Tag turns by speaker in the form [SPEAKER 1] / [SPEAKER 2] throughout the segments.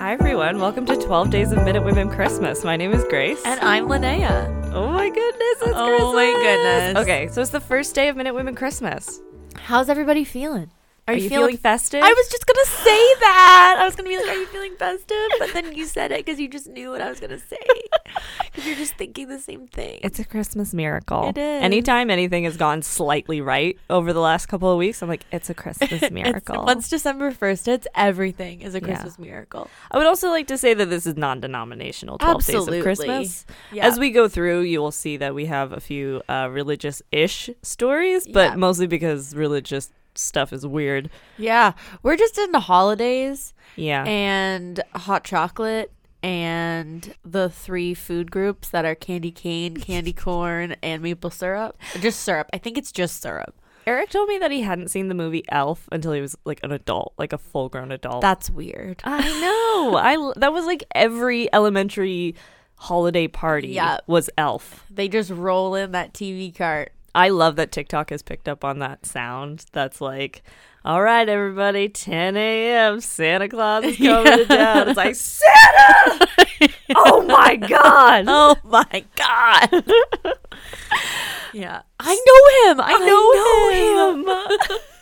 [SPEAKER 1] everyone. Welcome to 12 Days of Minute Women Christmas. My name is Grace.
[SPEAKER 2] And I'm Linnea.
[SPEAKER 1] oh my goodness, it's
[SPEAKER 2] Oh my
[SPEAKER 1] Christmas.
[SPEAKER 2] goodness.
[SPEAKER 1] Okay, so it's the first day of Minute Women Christmas.
[SPEAKER 2] How's everybody feeling? Are,
[SPEAKER 1] you feeling festive?
[SPEAKER 2] I was just gonna say that. I was gonna be like, "Are you feeling festive?" But then you said it because you just knew what I was gonna say. Because you're just thinking the same thing.
[SPEAKER 1] It's a Christmas miracle.
[SPEAKER 2] It is.
[SPEAKER 1] Anytime anything has gone slightly right over the last couple of weeks, I'm like, it's a Christmas miracle.
[SPEAKER 2] once December first, it's everything is a
[SPEAKER 1] Yeah.
[SPEAKER 2] Christmas miracle.
[SPEAKER 1] I would also like to say that this is non denominational 12 Days
[SPEAKER 2] Absolutely.
[SPEAKER 1] of Christmas.
[SPEAKER 2] Yeah.
[SPEAKER 1] As we go through, you will see that we have a few uh, religious ish stories, but
[SPEAKER 2] Yeah.
[SPEAKER 1] mostly because religious stuff is weird.
[SPEAKER 2] Yeah, we're just into holidays
[SPEAKER 1] Yeah.
[SPEAKER 2] and hot chocolate and the three food groups that are candy cane, candy corn, and maple syrup. Just syrup. I think it's just syrup.
[SPEAKER 1] Eric told me that he hadn't seen the movie Elf until he was like an adult, like a full grown adult.
[SPEAKER 2] That's weird.
[SPEAKER 1] I know. I l- that was like every elementary holiday party
[SPEAKER 2] Yeah.
[SPEAKER 1] was Elf.
[SPEAKER 2] They just roll in that TV cart.
[SPEAKER 1] I love that TikTok has picked up on that sound. That's like, all right, everybody, 10 a.m. Santa Claus is coming to town. It's like Santa! oh my god!
[SPEAKER 2] Oh my god. yeah. I know him. I know, him.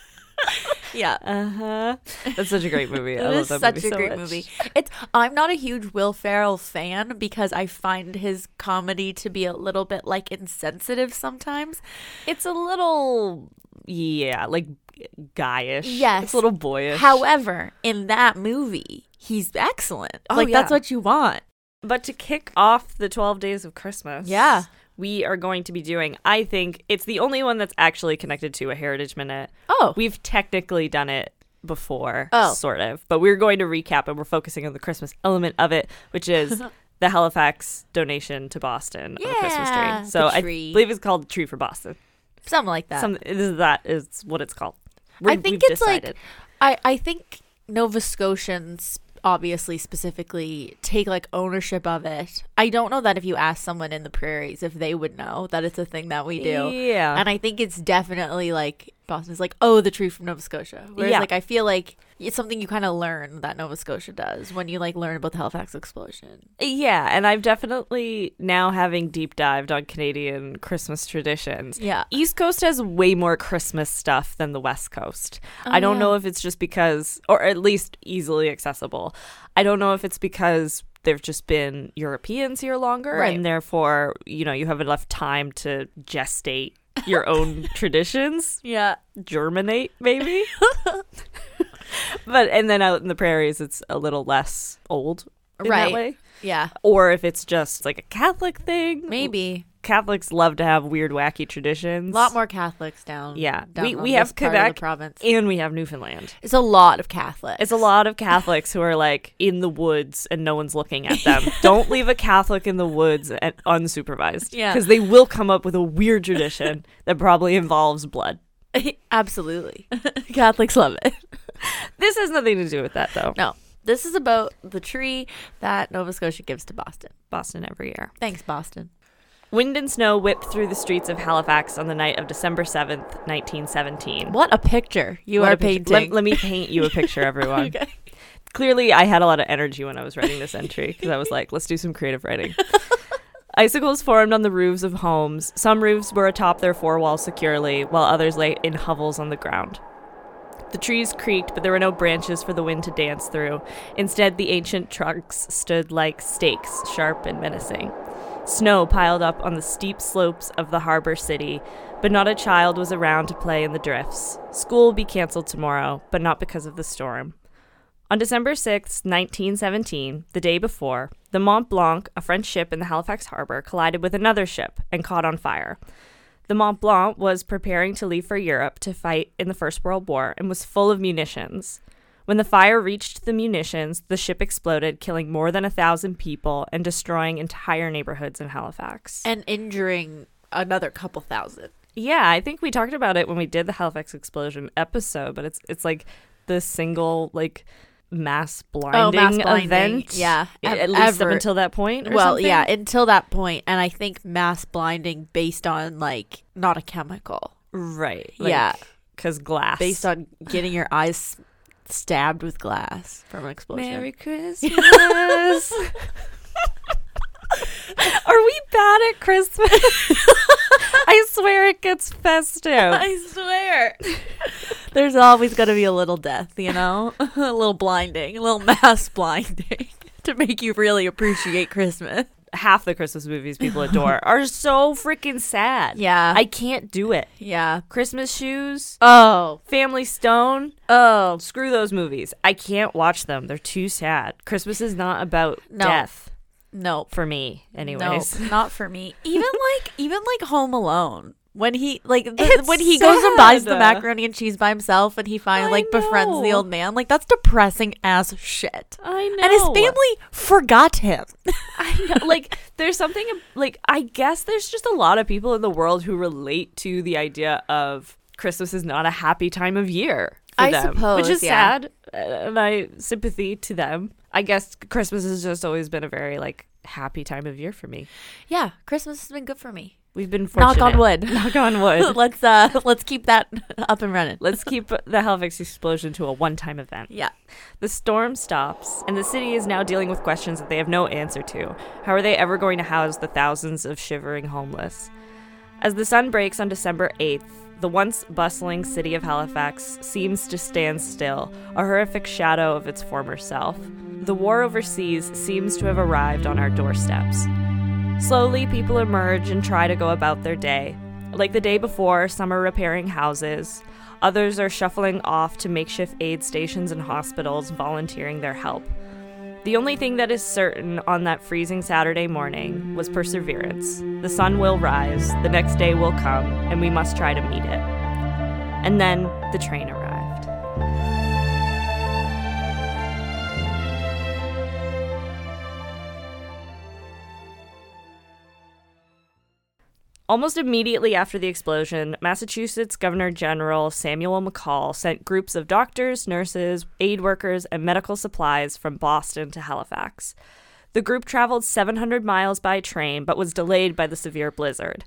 [SPEAKER 2] Yeah.
[SPEAKER 1] Uh huh. That's such a great movie. I
[SPEAKER 2] It
[SPEAKER 1] love
[SPEAKER 2] is
[SPEAKER 1] that
[SPEAKER 2] such
[SPEAKER 1] movie
[SPEAKER 2] a
[SPEAKER 1] so
[SPEAKER 2] great
[SPEAKER 1] much.
[SPEAKER 2] movie. It's I'm not a huge Will Ferrell fan because I find his comedy to be a little bit like insensitive sometimes.
[SPEAKER 1] It's a little, yeah, like guyish.
[SPEAKER 2] Yes.
[SPEAKER 1] It's a little boyish.
[SPEAKER 2] However, in that movie, he's excellent.
[SPEAKER 1] Oh,
[SPEAKER 2] like that's
[SPEAKER 1] yeah.
[SPEAKER 2] what you want.
[SPEAKER 1] but to kick off the 12 days of Christmas.
[SPEAKER 2] Yeah.
[SPEAKER 1] We are going to be doing, I think, it's the only one that's actually connected to a Heritage Minute.
[SPEAKER 2] Oh.
[SPEAKER 1] We've technically done it before,
[SPEAKER 2] Oh.
[SPEAKER 1] sort of, but we're going to recap and we're focusing on the Christmas element of it, which is the Halifax donation to Boston of the Christmas
[SPEAKER 2] Yeah,
[SPEAKER 1] tree.
[SPEAKER 2] the
[SPEAKER 1] So I
[SPEAKER 2] tree.
[SPEAKER 1] believe it's called Tree for Boston.
[SPEAKER 2] Something like that.
[SPEAKER 1] Some is that is what it's called.
[SPEAKER 2] I
[SPEAKER 1] We're-
[SPEAKER 2] think
[SPEAKER 1] we've
[SPEAKER 2] it's
[SPEAKER 1] decided.
[SPEAKER 2] like I I think Nova Scotians obviously specifically take like ownership of it. I don't know that if you ask someone in the prairies if they would know that it's a thing that we do.
[SPEAKER 1] Yeah.
[SPEAKER 2] And I think it's definitely like Boston's like, oh, the tree from Nova Scotia. Whereas
[SPEAKER 1] Yeah.
[SPEAKER 2] like I feel like it's something you kind of learn that Nova Scotia does when you like learn about the Halifax explosion.
[SPEAKER 1] Yeah, and I've definitely now having deep dived on Canadian Christmas traditions.
[SPEAKER 2] Yeah.
[SPEAKER 1] East Coast has way more Christmas stuff than the West Coast. I don't
[SPEAKER 2] Oh, yeah.
[SPEAKER 1] know if it's just because or at least easily accessible. I don't know if it's because there've just been Europeans here longer
[SPEAKER 2] Right.
[SPEAKER 1] and therefore, you know, you have enough time to gestate your own traditions,
[SPEAKER 2] Yeah.
[SPEAKER 1] germinate maybe. but and then out in the prairies it's a little less old in that
[SPEAKER 2] Right.
[SPEAKER 1] way
[SPEAKER 2] Yeah.
[SPEAKER 1] or if it's just like a Catholic thing.
[SPEAKER 2] Maybe.
[SPEAKER 1] Catholics love to have weird, wacky traditions.
[SPEAKER 2] A lot more Catholics down.
[SPEAKER 1] Yeah,
[SPEAKER 2] down
[SPEAKER 1] we
[SPEAKER 2] on
[SPEAKER 1] we
[SPEAKER 2] this
[SPEAKER 1] have
[SPEAKER 2] part of the
[SPEAKER 1] Quebec
[SPEAKER 2] province.
[SPEAKER 1] and we have Newfoundland.
[SPEAKER 2] It's a lot of Catholics.
[SPEAKER 1] It's a lot of Catholics who are like in the woods and no one's looking at them. Don't leave a Catholic in the woods and unsupervised.
[SPEAKER 2] Yeah.
[SPEAKER 1] because they will come up with a weird tradition that probably involves blood.
[SPEAKER 2] Absolutely. Catholics love it.
[SPEAKER 1] This has nothing to do with that though.
[SPEAKER 2] No, this is about the tree that Nova Scotia gives to Boston.
[SPEAKER 1] Boston every year.
[SPEAKER 2] Thanks, Boston.
[SPEAKER 1] Wind and snow whipped through the streets of Halifax on the night of December seventh, nineteen seventeen.
[SPEAKER 2] What a picture you
[SPEAKER 1] What
[SPEAKER 2] are
[SPEAKER 1] a picture.
[SPEAKER 2] painting.
[SPEAKER 1] Let, let me paint you a picture, everyone.
[SPEAKER 2] Okay.
[SPEAKER 1] Clearly, I had a lot of energy when I was writing this entry because I was like, let's do some creative writing. Icicles formed on the roofs of homes. Some roofs were atop their four walls securely, while others lay in hovels on the ground. The trees creaked, but there were no branches for the wind to dance through. Instead, the ancient trunks stood like stakes, sharp and menacing. Snow piled up on the steep slopes of the harbor city, but not a child was around to play in the drifts. School will be canceled tomorrow, but not because of the storm. On December sixth, 1917, the day before, the Mont Blanc, a French ship in the Halifax harbor, collided with another ship and caught on fire. The Mont Blanc was preparing to leave for Europe to fight in the First World War and was full of munitions. When the fire reached the munitions, the ship exploded, killing more than a thousand people and destroying entire neighborhoods in Halifax.
[SPEAKER 2] and injuring another couple thousand.
[SPEAKER 1] Yeah, I think we talked about it when we did the Halifax explosion episode, but it's it's like the single like mass blinding,
[SPEAKER 2] Oh, blinding,
[SPEAKER 1] event.
[SPEAKER 2] yeah,
[SPEAKER 1] a-
[SPEAKER 2] ev-
[SPEAKER 1] at least
[SPEAKER 2] ever.
[SPEAKER 1] up until that point. or
[SPEAKER 2] Well,
[SPEAKER 1] something.
[SPEAKER 2] yeah, until that point, and I think mass blinding based on like not a chemical,
[SPEAKER 1] right.
[SPEAKER 2] Yeah.
[SPEAKER 1] because glass.
[SPEAKER 2] based on getting your eyes stabbed with glass from an explosion.
[SPEAKER 1] Merry Christmas. Are we bad at Christmas? I swear it gets festive.
[SPEAKER 2] I swear. There's always going to be a little death, you know? a little blinding, a little mass blinding to make you really appreciate Christmas.
[SPEAKER 1] Half the Christmas movies people adore are so freaking sad.
[SPEAKER 2] Yeah.
[SPEAKER 1] I can't do it.
[SPEAKER 2] yeah.
[SPEAKER 1] Christmas shoes,
[SPEAKER 2] Oh.
[SPEAKER 1] Family Stone,
[SPEAKER 2] Oh.
[SPEAKER 1] screw those movies. I can't watch them. They're too sad. Christmas is not about
[SPEAKER 2] No.
[SPEAKER 1] death
[SPEAKER 2] Nope.
[SPEAKER 1] for me, anyways.
[SPEAKER 2] Nope, not for me. Even like even like Home Alone. When he like the,
[SPEAKER 1] It's
[SPEAKER 2] when he goes and buys
[SPEAKER 1] sad.
[SPEAKER 2] the macaroni and cheese by himself and he finally
[SPEAKER 1] I
[SPEAKER 2] like befriends the
[SPEAKER 1] know.
[SPEAKER 2] old man, like that's depressing as shit.
[SPEAKER 1] I know.
[SPEAKER 2] And his family forgot him.
[SPEAKER 1] I know. Like, there's something, like, I guess there's just a lot of people in the world who relate to the idea of Christmas is not a happy time of year for
[SPEAKER 2] I
[SPEAKER 1] them,
[SPEAKER 2] suppose,
[SPEAKER 1] which is
[SPEAKER 2] yeah.
[SPEAKER 1] sad. uh, And I sympathy to them. I guess Christmas has just always been a very, like, happy time of year for me.
[SPEAKER 2] Yeah, Christmas has been good for me.
[SPEAKER 1] We've been fortunate.
[SPEAKER 2] Knock on wood.
[SPEAKER 1] Knock on wood.
[SPEAKER 2] let's uh let's keep that up and running.
[SPEAKER 1] Let's keep the Halifax explosion to a one time event.
[SPEAKER 2] Yeah.
[SPEAKER 1] The storm stops, and the city is now dealing with questions that they have no answer to. How are they ever going to house the thousands of shivering homeless? As the sun breaks on December 8th, the once bustling city of Halifax seems to stand still, a horrific shadow of its former self. The war overseas seems to have arrived on our doorsteps. Slowly, people emerge and try to go about their day. Like the day before, some are repairing houses. Others are shuffling off to makeshift aid stations and hospitals, volunteering their help. The only thing that is certain on that freezing Saturday morning was perseverance. The sun will rise, the next day will come, and we must try to meet it. And then the train arrived. Almost immediately after the explosion, Massachusetts Governor General Samuel McCall sent groups of doctors, nurses, aid workers, and medical supplies from Boston to Halifax. The group traveled 700 miles by train but was delayed by the severe blizzard.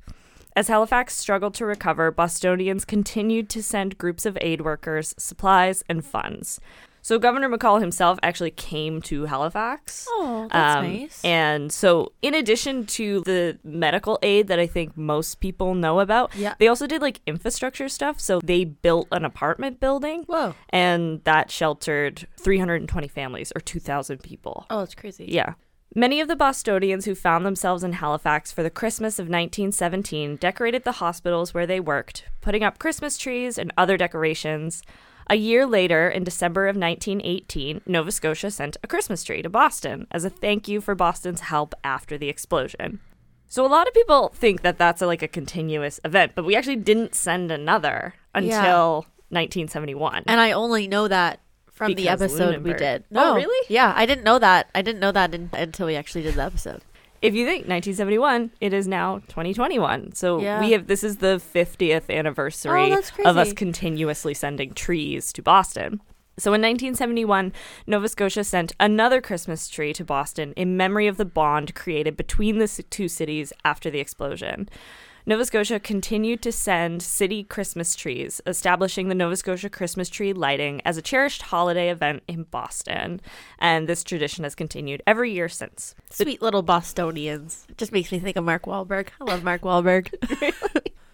[SPEAKER 1] As Halifax struggled to recover, Bostonians continued to send groups of aid workers, supplies, and funds. So Governor McCall himself actually came to Halifax.
[SPEAKER 2] Oh, that's
[SPEAKER 1] Um,
[SPEAKER 2] nice.
[SPEAKER 1] And so, in addition to the medical aid that I think most people know about,
[SPEAKER 2] Yeah.
[SPEAKER 1] they also did like infrastructure stuff. So, they built an apartment building
[SPEAKER 2] Whoa.
[SPEAKER 1] and that sheltered 320 families or 2,000 people.
[SPEAKER 2] Oh, it's crazy.
[SPEAKER 1] Yeah. Many of the Bostonians who found themselves in Halifax for the Christmas of 1917 decorated the hospitals where they worked, putting up Christmas trees and other decorations. A year later, in December of 1918, Nova Scotia sent a Christmas tree to Boston as a thank you for Boston's help after the explosion. So a lot of people think that that's a, like a continuous event, but we actually didn't send another until 1971.
[SPEAKER 2] And I only know that from the
[SPEAKER 1] Because
[SPEAKER 2] episode we
[SPEAKER 1] Lunenburg.
[SPEAKER 2] did.
[SPEAKER 1] Oh, really?
[SPEAKER 2] Yeah, I didn't know that. I didn't know that in, until we actually did the episode.
[SPEAKER 1] if you think 1971, it is now 2021. So
[SPEAKER 2] Yeah.
[SPEAKER 1] we have this is the 50th anniversary
[SPEAKER 2] Oh, that's
[SPEAKER 1] of us
[SPEAKER 2] crazy.
[SPEAKER 1] continuously sending trees to Boston. So in 1971, Nova Scotia sent another Christmas tree to Boston in memory of the bond created between the s- two cities after the explosion. Nova Scotia continued to send city Christmas trees, establishing the Nova Scotia Christmas tree lighting as a cherished holiday event in Boston. And this tradition has continued every year since.
[SPEAKER 2] Sweet little Bostonians. Just makes me think of Mark Wahlberg. I love Mark Wahlberg.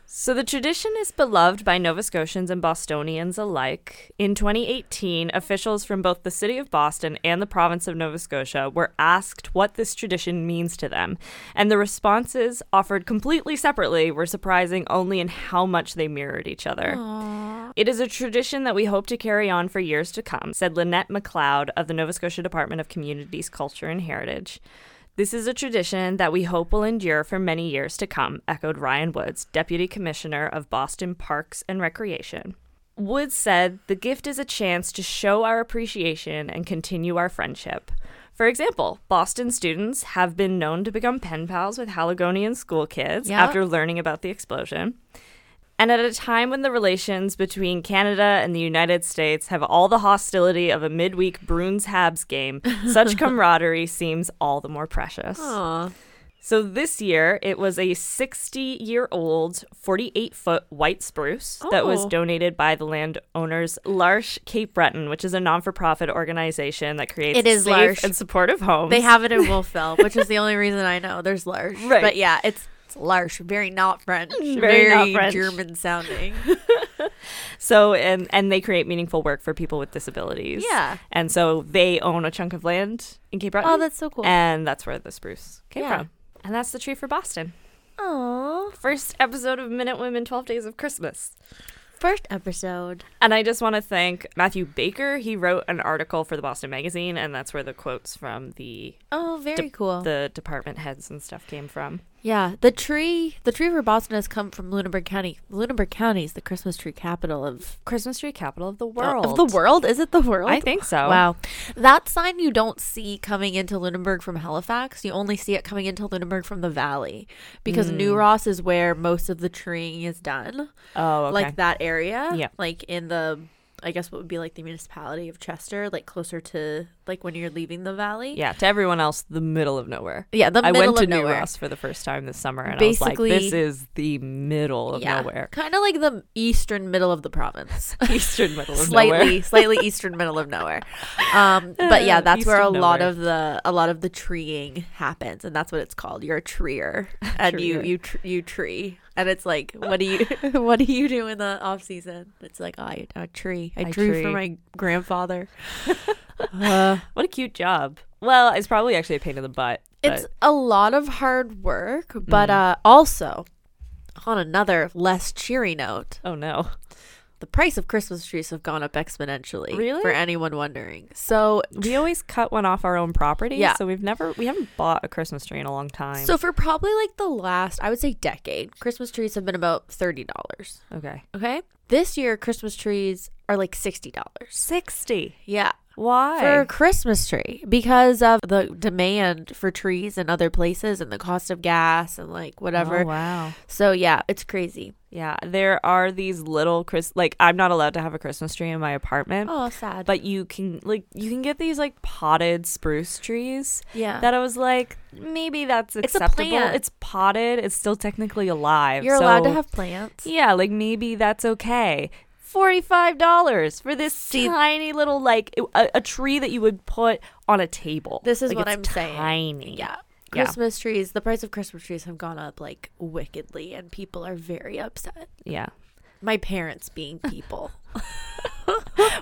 [SPEAKER 1] So the tradition is beloved by Nova Scotians and Bostonians alike. In 2018, officials from both the city of Boston and the province of Nova Scotia were asked what this tradition means to them, and the responses offered completely separately were surprising only in how much they mirrored each other. It is a tradition that we hope to carry on for years to come, said Lynette McLeod of the Nova Scotia Department of Communities, Culture, and Heritage. This is a tradition that we hope will endure for many years to come, echoed Ryan Woods, Deputy Commissioner of Boston Parks and Recreation. Woods said the gift is a chance to show our appreciation and continue our friendship. For example, Boston students have been known to become pen pals with Haligonian school kids
[SPEAKER 2] Yeah.
[SPEAKER 1] after learning about the explosion. And at a time when the relations between Canada and the United States have all the hostility of a
[SPEAKER 2] Oh.
[SPEAKER 1] midweek Bruins Habs game, such camaraderie seems all the more precious.
[SPEAKER 2] Aw.
[SPEAKER 1] So this year, it was a 60 year old, 48 foot white spruce that was
[SPEAKER 2] Oh.
[SPEAKER 1] donated by the landowners L'Arche Cape Breton, which is a non for profit organization that creates
[SPEAKER 2] It is
[SPEAKER 1] safe
[SPEAKER 2] L'Arche.
[SPEAKER 1] and supportive homes.
[SPEAKER 2] They have it in Wolfville, which is the only reason I know. There's Larsh.
[SPEAKER 1] Right.
[SPEAKER 2] But yeah, it's, it's Larsh. Very not French.
[SPEAKER 1] not
[SPEAKER 2] Very,
[SPEAKER 1] French.
[SPEAKER 2] German sounding.
[SPEAKER 1] So and and they create meaningful work for people with disabilities.
[SPEAKER 2] Yeah.
[SPEAKER 1] And so they own a chunk of land in Cape Breton.
[SPEAKER 2] oh, that's so cool.
[SPEAKER 1] And that's where the spruce came
[SPEAKER 2] Yeah.
[SPEAKER 1] from. And that's the tree for Boston.
[SPEAKER 2] Aw.
[SPEAKER 1] First episode of Minute Women 12 Days of Christmas.
[SPEAKER 2] First episode.
[SPEAKER 1] And I just want to thank Matthew Baker. He wrote an article for the Boston Magazine and that's where the quotes from the
[SPEAKER 2] Oh, very
[SPEAKER 1] Dep-
[SPEAKER 2] cool.
[SPEAKER 1] the department heads and stuff came from.
[SPEAKER 2] yeah, the tree, the tree for Boston has come from Lunenburg County. Lunenburg County is the Christmas tree capital of uh,
[SPEAKER 1] Christmas tree capital of the world.
[SPEAKER 2] Of the world? Is it the world?
[SPEAKER 1] I think so.
[SPEAKER 2] Wow. That sign you don't see coming into Lunenburg from Halifax. You only see it coming into Lunenburg from the valley because
[SPEAKER 1] Hmm.
[SPEAKER 2] New Ross is where most of the treeing is done.
[SPEAKER 1] Oh, okay.
[SPEAKER 2] Like that area.
[SPEAKER 1] Yeah.
[SPEAKER 2] Like in the, I guess what would be like the municipality of Chester, like closer to, like when you're leaving the valley.
[SPEAKER 1] yeah, to everyone else, the middle of nowhere.
[SPEAKER 2] Yeah, the
[SPEAKER 1] I
[SPEAKER 2] middle
[SPEAKER 1] went to
[SPEAKER 2] of
[SPEAKER 1] New
[SPEAKER 2] nowhere.
[SPEAKER 1] Ross for the first time this summer, and
[SPEAKER 2] Basically-
[SPEAKER 1] I was like, "This is the middle of nowhere,
[SPEAKER 2] Kind of like the eastern middle of the province.
[SPEAKER 1] eastern middle of nowhere."
[SPEAKER 2] slightly slightly eastern middle of nowhere um but yeah that's where a
[SPEAKER 1] Eastern
[SPEAKER 2] lot
[SPEAKER 1] nowhere.
[SPEAKER 2] of the a lot of the treeing happens and that's what it's called you're a treer and you
[SPEAKER 1] Treer.
[SPEAKER 2] you tr- you tree and it's like what do you what do you do in the off season it's like "Oh, i a tree i,
[SPEAKER 1] I
[SPEAKER 2] drew for
[SPEAKER 1] tree.
[SPEAKER 2] my grandfather Uh,
[SPEAKER 1] What a cute job. Well, it's probably actually a pain in the butt. but-
[SPEAKER 2] it's a lot of hard work but uh also on another less cheery note
[SPEAKER 1] oh no,
[SPEAKER 2] the price of christmas trees have gone up exponentially
[SPEAKER 1] Really?
[SPEAKER 2] for anyone wondering so
[SPEAKER 1] we always cut one off our own property,
[SPEAKER 2] Yeah.
[SPEAKER 1] so we've never we haven't bought a Christmas tree in a long time.
[SPEAKER 2] So for probably like the last, I would say decade, Christmas trees have been about thirty dollars.
[SPEAKER 1] okay,
[SPEAKER 2] Okay, this year Christmas trees are like sixty dollars.
[SPEAKER 1] sixty.
[SPEAKER 2] Yeah,
[SPEAKER 1] Why?
[SPEAKER 2] for a Christmas tree because of the demand for trees in other places and the cost of gas and like whatever.
[SPEAKER 1] Oh, wow.
[SPEAKER 2] So yeah, it's crazy.
[SPEAKER 1] Yeah, there are these little Chris. Like I'm not allowed to have a Christmas tree in my apartment.
[SPEAKER 2] Oh, sad.
[SPEAKER 1] But you can like you can get these like potted spruce trees
[SPEAKER 2] yeah,
[SPEAKER 1] that I was like, maybe that's
[SPEAKER 2] It's a
[SPEAKER 1] acceptable. Oh. It's,
[SPEAKER 2] plant.
[SPEAKER 1] potted. It's still technically alive.
[SPEAKER 2] you're allowed to
[SPEAKER 1] so-
[SPEAKER 2] have plants.
[SPEAKER 1] Yeah, like maybe that's okay. Forty-five dollars for this
[SPEAKER 2] See-
[SPEAKER 1] tiny little like a, a tree that you would put on a table.
[SPEAKER 2] This is
[SPEAKER 1] Like,
[SPEAKER 2] what
[SPEAKER 1] it's
[SPEAKER 2] I'm saying.
[SPEAKER 1] Tiny.
[SPEAKER 2] Yeah.
[SPEAKER 1] Yeah.
[SPEAKER 2] Christmas trees, the price of Christmas trees have gone up like wickedly, and people are very upset.
[SPEAKER 1] yeah.
[SPEAKER 2] My parents being people.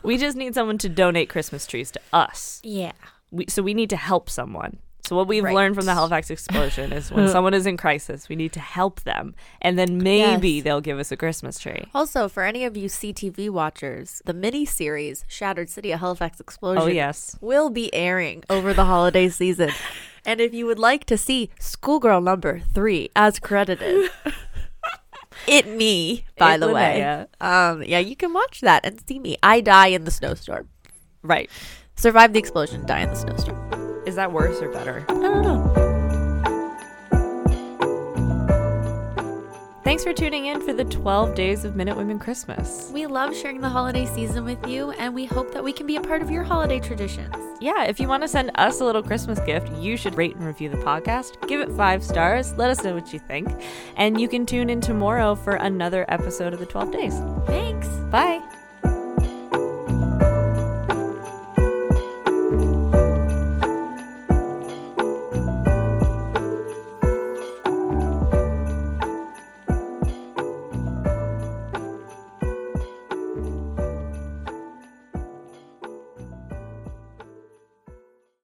[SPEAKER 1] We just need someone to donate Christmas trees to us.
[SPEAKER 2] yeah.
[SPEAKER 1] We, so we need to help someone. So what we've
[SPEAKER 2] Right.
[SPEAKER 1] learned from the Halifax explosion is when someone is in crisis, we need to help them, and then maybe
[SPEAKER 2] Yes. Oh,
[SPEAKER 1] they'll give us a Christmas tree.
[SPEAKER 2] Also, for any of you CTV watchers, the mini series Shattered City: A Halifax Explosion
[SPEAKER 1] Oh yes.
[SPEAKER 2] will be airing over the holiday season. And if you would like to see Schoolgirl number 3 as credited, it me, by
[SPEAKER 1] It
[SPEAKER 2] the way.
[SPEAKER 1] Linnea.
[SPEAKER 2] Um yeah, you can watch that and see me. I die in the snowstorm.
[SPEAKER 1] Right.
[SPEAKER 2] Survive the explosion, die in the snowstorm.
[SPEAKER 1] Is that worse or better?
[SPEAKER 2] I don't know.
[SPEAKER 1] Thanks for tuning in for the 12 days of Minute Women Christmas.
[SPEAKER 2] We love sharing the holiday season with you and we hope that we can be a part of your holiday traditions.
[SPEAKER 1] Yeah, if you want to send us a little Christmas gift, you should rate and review the podcast. Give it five stars. Let us know what you think. And you can tune in tomorrow for another episode of the 12 days.
[SPEAKER 2] Thanks.
[SPEAKER 1] Bye.